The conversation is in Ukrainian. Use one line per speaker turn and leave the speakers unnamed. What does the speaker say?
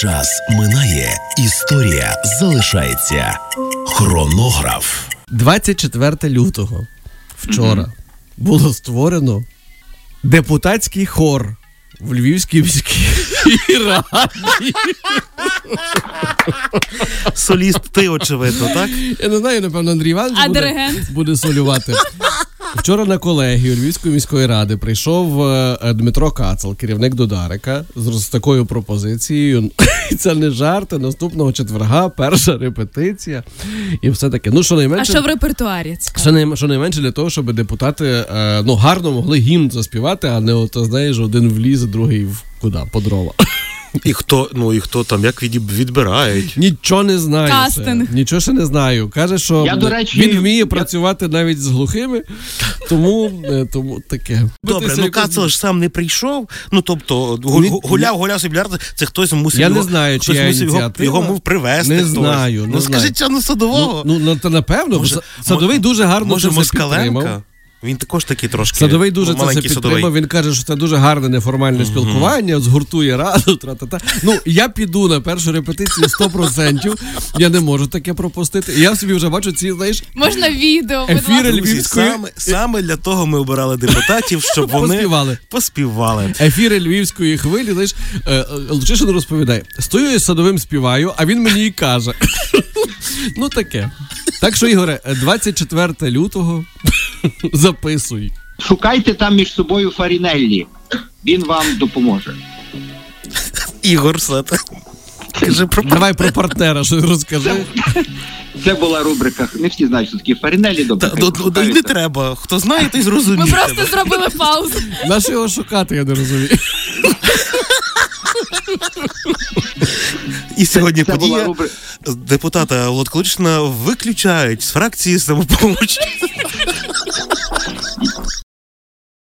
Час минає, історія залишається. Хронограф.
24 лютого вчора було створено депутатський хор в Львівській міській раді.
Соліст, ти, очевидно, так?
Я не знаю, напевно, Андрій Іванович
А
буде,
диригент?
буде солювати. Вчора на колегію Львівської міської ради прийшов е, е, Дмитро Кацел, керівник Додарика, з роз- з такою пропозицією. І Це не жарти. Наступного четверга, перша репетиція, і все таке. Ну, що
А
найменше.
що в репертуарі? цікаво?
Щонайм- Щонайменше для того, щоб депутати е, ну, гарно могли гімн заспівати, а не от, знаєш, один в ліс, другий в куди, по дрова.
І хто, ну і хто там, як відіб- відбирають?
Нічого не знаю. ще.
Кастинг.
Нічого ще не знаю. Каже, що
Я, до речі,
він вміє
я-
працювати навіть з глухими, тому, е, тому таке.
Добре,
Битися
ну
якось-
Кацел ж сам не прийшов. Ну тобто, гу-
Ні-
гу- гуляв, гуляв собі бляр, це хтось мусив
Я
його,
не знаю,
хтось
чия
мусив його,
ініціатива.
його мов привезти.
Не
хтось.
знаю, не
ну скажи,
знаю.
чого на садового.
Ну, ну, на- та напевно, бо
Може,
Са- Садовий
мо-
дуже гарно
Може,
це все підтримав.
москаленка? Він також такий трошки.
Садовий дуже це все
маленький
підтримав. Він каже, що це дуже гарне неформальне спілкування, згуртує раду. Тра-та-та. Ну я піду на першу репетицію 100%. Я не можу таке пропустити. І Я собі вже бачу ці знаєш
Можна відео, будь
Ефіри
ласка.
Друзі,
Львівської-
саме, саме для того ми обирали депутатів, щоб вони
Поспівали.
поспівали.
ефіри львівської хвилі. Знаєш, е, е, Лучишин розповідає: стою я з садовим співаю, а він мені і каже. Ну таке. Так що, Ігоре, е, 24 лютого записуй.
Шукайте там між собою Фарінеллі. Він вам допоможе.
Ігор Сета. Каже про
Давай про партнера щось розкажи.
Це була рубрика. Не всі знають, що такі Фарінеллі
ну, Та,
добре.
до- до- до- не треба. Хто знає, той зрозуміє.
Ми просто зробили паузу.
На що його шукати, я не розумію.
І сьогодні
Це була
подія
рубрика.
депутата Володклична виключають з фракції самопомочі.